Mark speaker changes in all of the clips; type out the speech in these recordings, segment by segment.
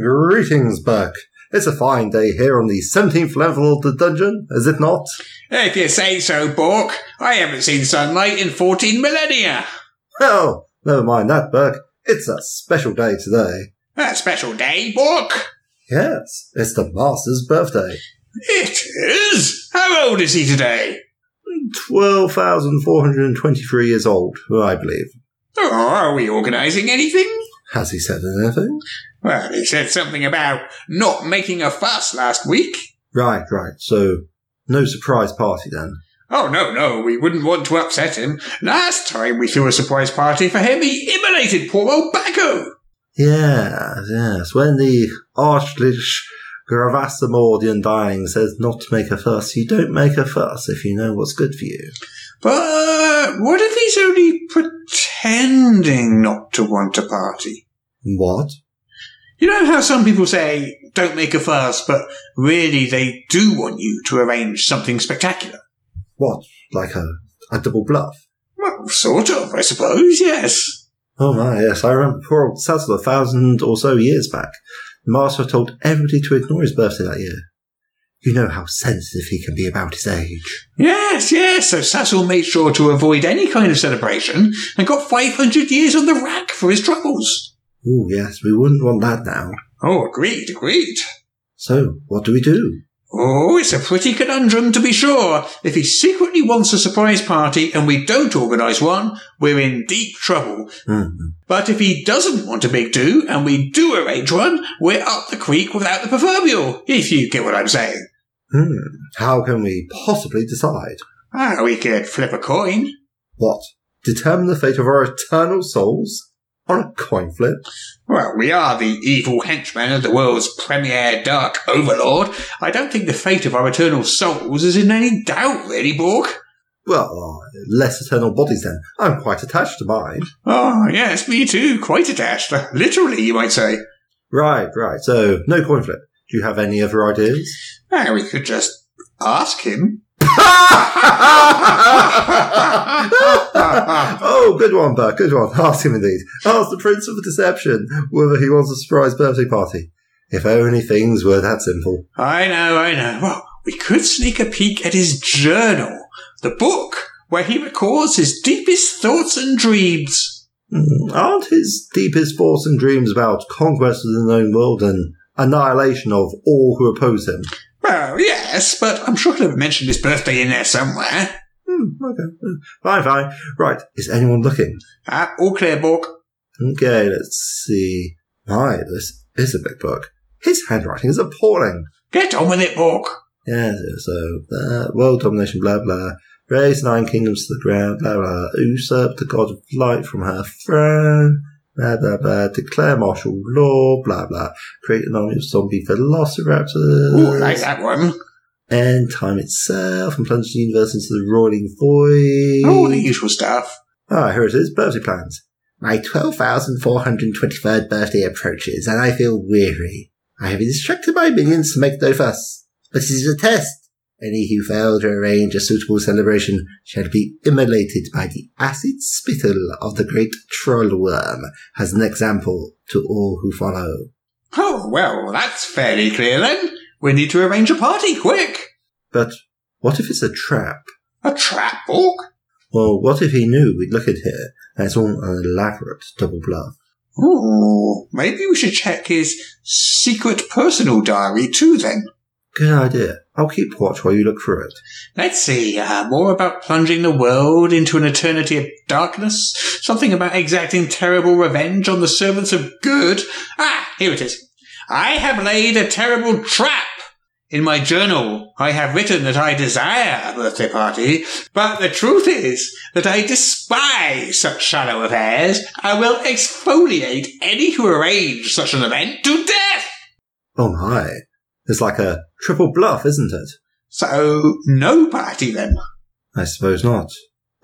Speaker 1: Greetings, Burke. It's a fine day here on the 17th level of the dungeon, is it not?
Speaker 2: If you say so, Bork, I haven't seen sunlight in 14 millennia.
Speaker 1: Well, never mind that, Burke. It's a special day today.
Speaker 2: A special day, Bork.
Speaker 1: Yes, it's the Master's birthday.
Speaker 2: It is. How old is he today?
Speaker 1: 12,423 years old, I believe.
Speaker 2: Oh, are we organising anything?
Speaker 1: Has he said anything?
Speaker 2: Well, he said something about not making a fuss last week.
Speaker 1: Right, right. So, no surprise party then.
Speaker 2: Oh, no, no, we wouldn't want to upset him. Last time we threw a surprise party for him, he immolated poor old Bacco.
Speaker 1: Yes, yes. When the Archlich Gravasamordian dying says not to make a fuss, you don't make a fuss if you know what's good for you.
Speaker 2: But what if he's only pretending not to want a party?
Speaker 1: What?
Speaker 2: You know how some people say, don't make a fuss, but really they do want you to arrange something spectacular?
Speaker 1: What? Like a, a double bluff?
Speaker 2: Well, sort of, I suppose, yes.
Speaker 1: Oh my, yes, I remember poor old Sazzle a thousand or so years back. The master told everybody to ignore his birthday that year. You know how sensitive he can be about his age.
Speaker 2: Yes, yes, so Cecil made sure to avoid any kind of celebration and got 500 years on the rack for his troubles.
Speaker 1: Oh yes, we wouldn't want that now.
Speaker 2: Oh, agreed, agreed.
Speaker 1: So, what do we do?
Speaker 2: Oh, it's a pretty conundrum to be sure. If he secretly wants a surprise party and we don't organise one, we're in deep trouble.
Speaker 1: Hmm.
Speaker 2: But if he doesn't want a big do and we do arrange one, we're up the creek without the proverbial, if you get what I'm saying.
Speaker 1: Hmm. How can we possibly decide?
Speaker 2: Ah, we could flip a coin.
Speaker 1: What? Determine the fate of our eternal souls? On a coin flip?
Speaker 2: Well, we are the evil henchmen of the world's premier dark overlord. I don't think the fate of our eternal souls is in any doubt, really, Bork.
Speaker 1: Well, less eternal bodies then. I'm quite attached to mine.
Speaker 2: Oh, yes, me too. Quite attached. Literally, you might say.
Speaker 1: Right, right. So, no coin flip. Do you have any other ideas?
Speaker 2: Ah, we could just ask him.
Speaker 1: oh, good one, Bert. Good one. Ask him indeed. Ask the Prince of Deception whether he wants a surprise birthday party. If only things were that simple.
Speaker 2: I know, I know. Well, we could sneak a peek at his journal, the book where he records his deepest thoughts and dreams.
Speaker 1: Hmm, Aren't his deepest thoughts and dreams about conquest of the known world and annihilation of all who oppose him?
Speaker 2: Well, yes, but I'm sure he'll have mentioned his birthday in there somewhere.
Speaker 1: Hmm, okay. Hmm, Fine, fine. Right. Is anyone looking?
Speaker 2: Ah, all clear, Bork.
Speaker 1: Okay, let's see. My, this is a big book. His handwriting is appalling.
Speaker 2: Get on with it, Bork.
Speaker 1: Yeah, so uh, world domination, blah blah. Raise nine kingdoms to the ground, blah blah. Usurp the god of light from her throne, blah blah blah. Declare martial law, blah blah. Create an army of zombie velociraptors.
Speaker 2: Ooh, like that one.
Speaker 1: End time itself and plunge the universe into the roiling void.
Speaker 2: All the usual stuff.
Speaker 1: Ah, here it is. Birthday plans. My 12,423rd birthday approaches, and I feel weary. I have instructed my minions to make no fuss, but it is a test. Any who fail to arrange a suitable celebration shall be immolated by the acid spittle of the great troll worm, as an example to all who follow.
Speaker 2: Oh, well, that's fairly clear then. We need to arrange a party, quick.
Speaker 1: But what if it's a trap?
Speaker 2: A trap, Bork?
Speaker 1: Well, what if he knew we'd look at here, and it's all an elaborate double bluff?
Speaker 2: Ooh, maybe we should check his secret personal diary too then.
Speaker 1: Good idea. I'll keep watch while you look through it.
Speaker 2: Let's see, uh, more about plunging the world into an eternity of darkness, something about exacting terrible revenge on the servants of good. Ah, here it is. I have laid a terrible trap. In my journal, I have written that I desire a birthday party, but the truth is that I despise such shallow affairs. I will exfoliate any who arrange such an event to death.
Speaker 1: Oh my. It's like a triple bluff, isn't it?
Speaker 2: So, no party then.
Speaker 1: I suppose not.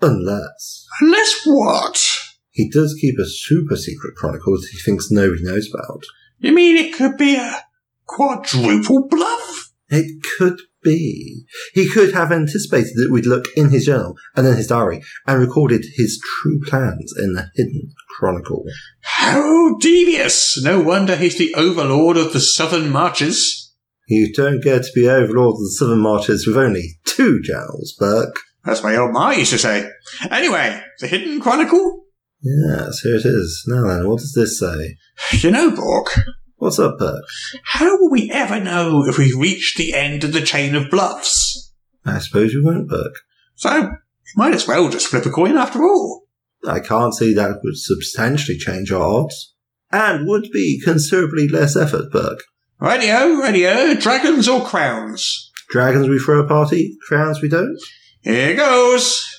Speaker 1: Unless
Speaker 2: Unless what?
Speaker 1: he does keep a super secret chronicle that he thinks nobody knows about.
Speaker 2: You mean it could be a quadruple bluff?
Speaker 1: It could be. He could have anticipated that we'd look in his journal and then his diary and recorded his true plans in the hidden chronicle.
Speaker 2: How devious! No wonder he's the overlord of the southern marches.
Speaker 1: You don't get to be overlord of the Southern Marches with only two journals, Burke.
Speaker 2: That's my old ma used to say. Anyway, the Hidden Chronicle?
Speaker 1: Yes, here it is. Now then, what does this say?
Speaker 2: You know, Bork,
Speaker 1: What's up, Burke?
Speaker 2: how will we ever know if we reach the end of the chain of bluffs?
Speaker 1: I suppose you won't, Burke.
Speaker 2: So, we might as well just flip a coin after all.
Speaker 1: I can't see that would substantially change our odds. And would be considerably less effort, Burke.
Speaker 2: Radio, radio, dragons or crowns?
Speaker 1: Dragons we throw a party, crowns we don't.
Speaker 2: Here goes. Ah!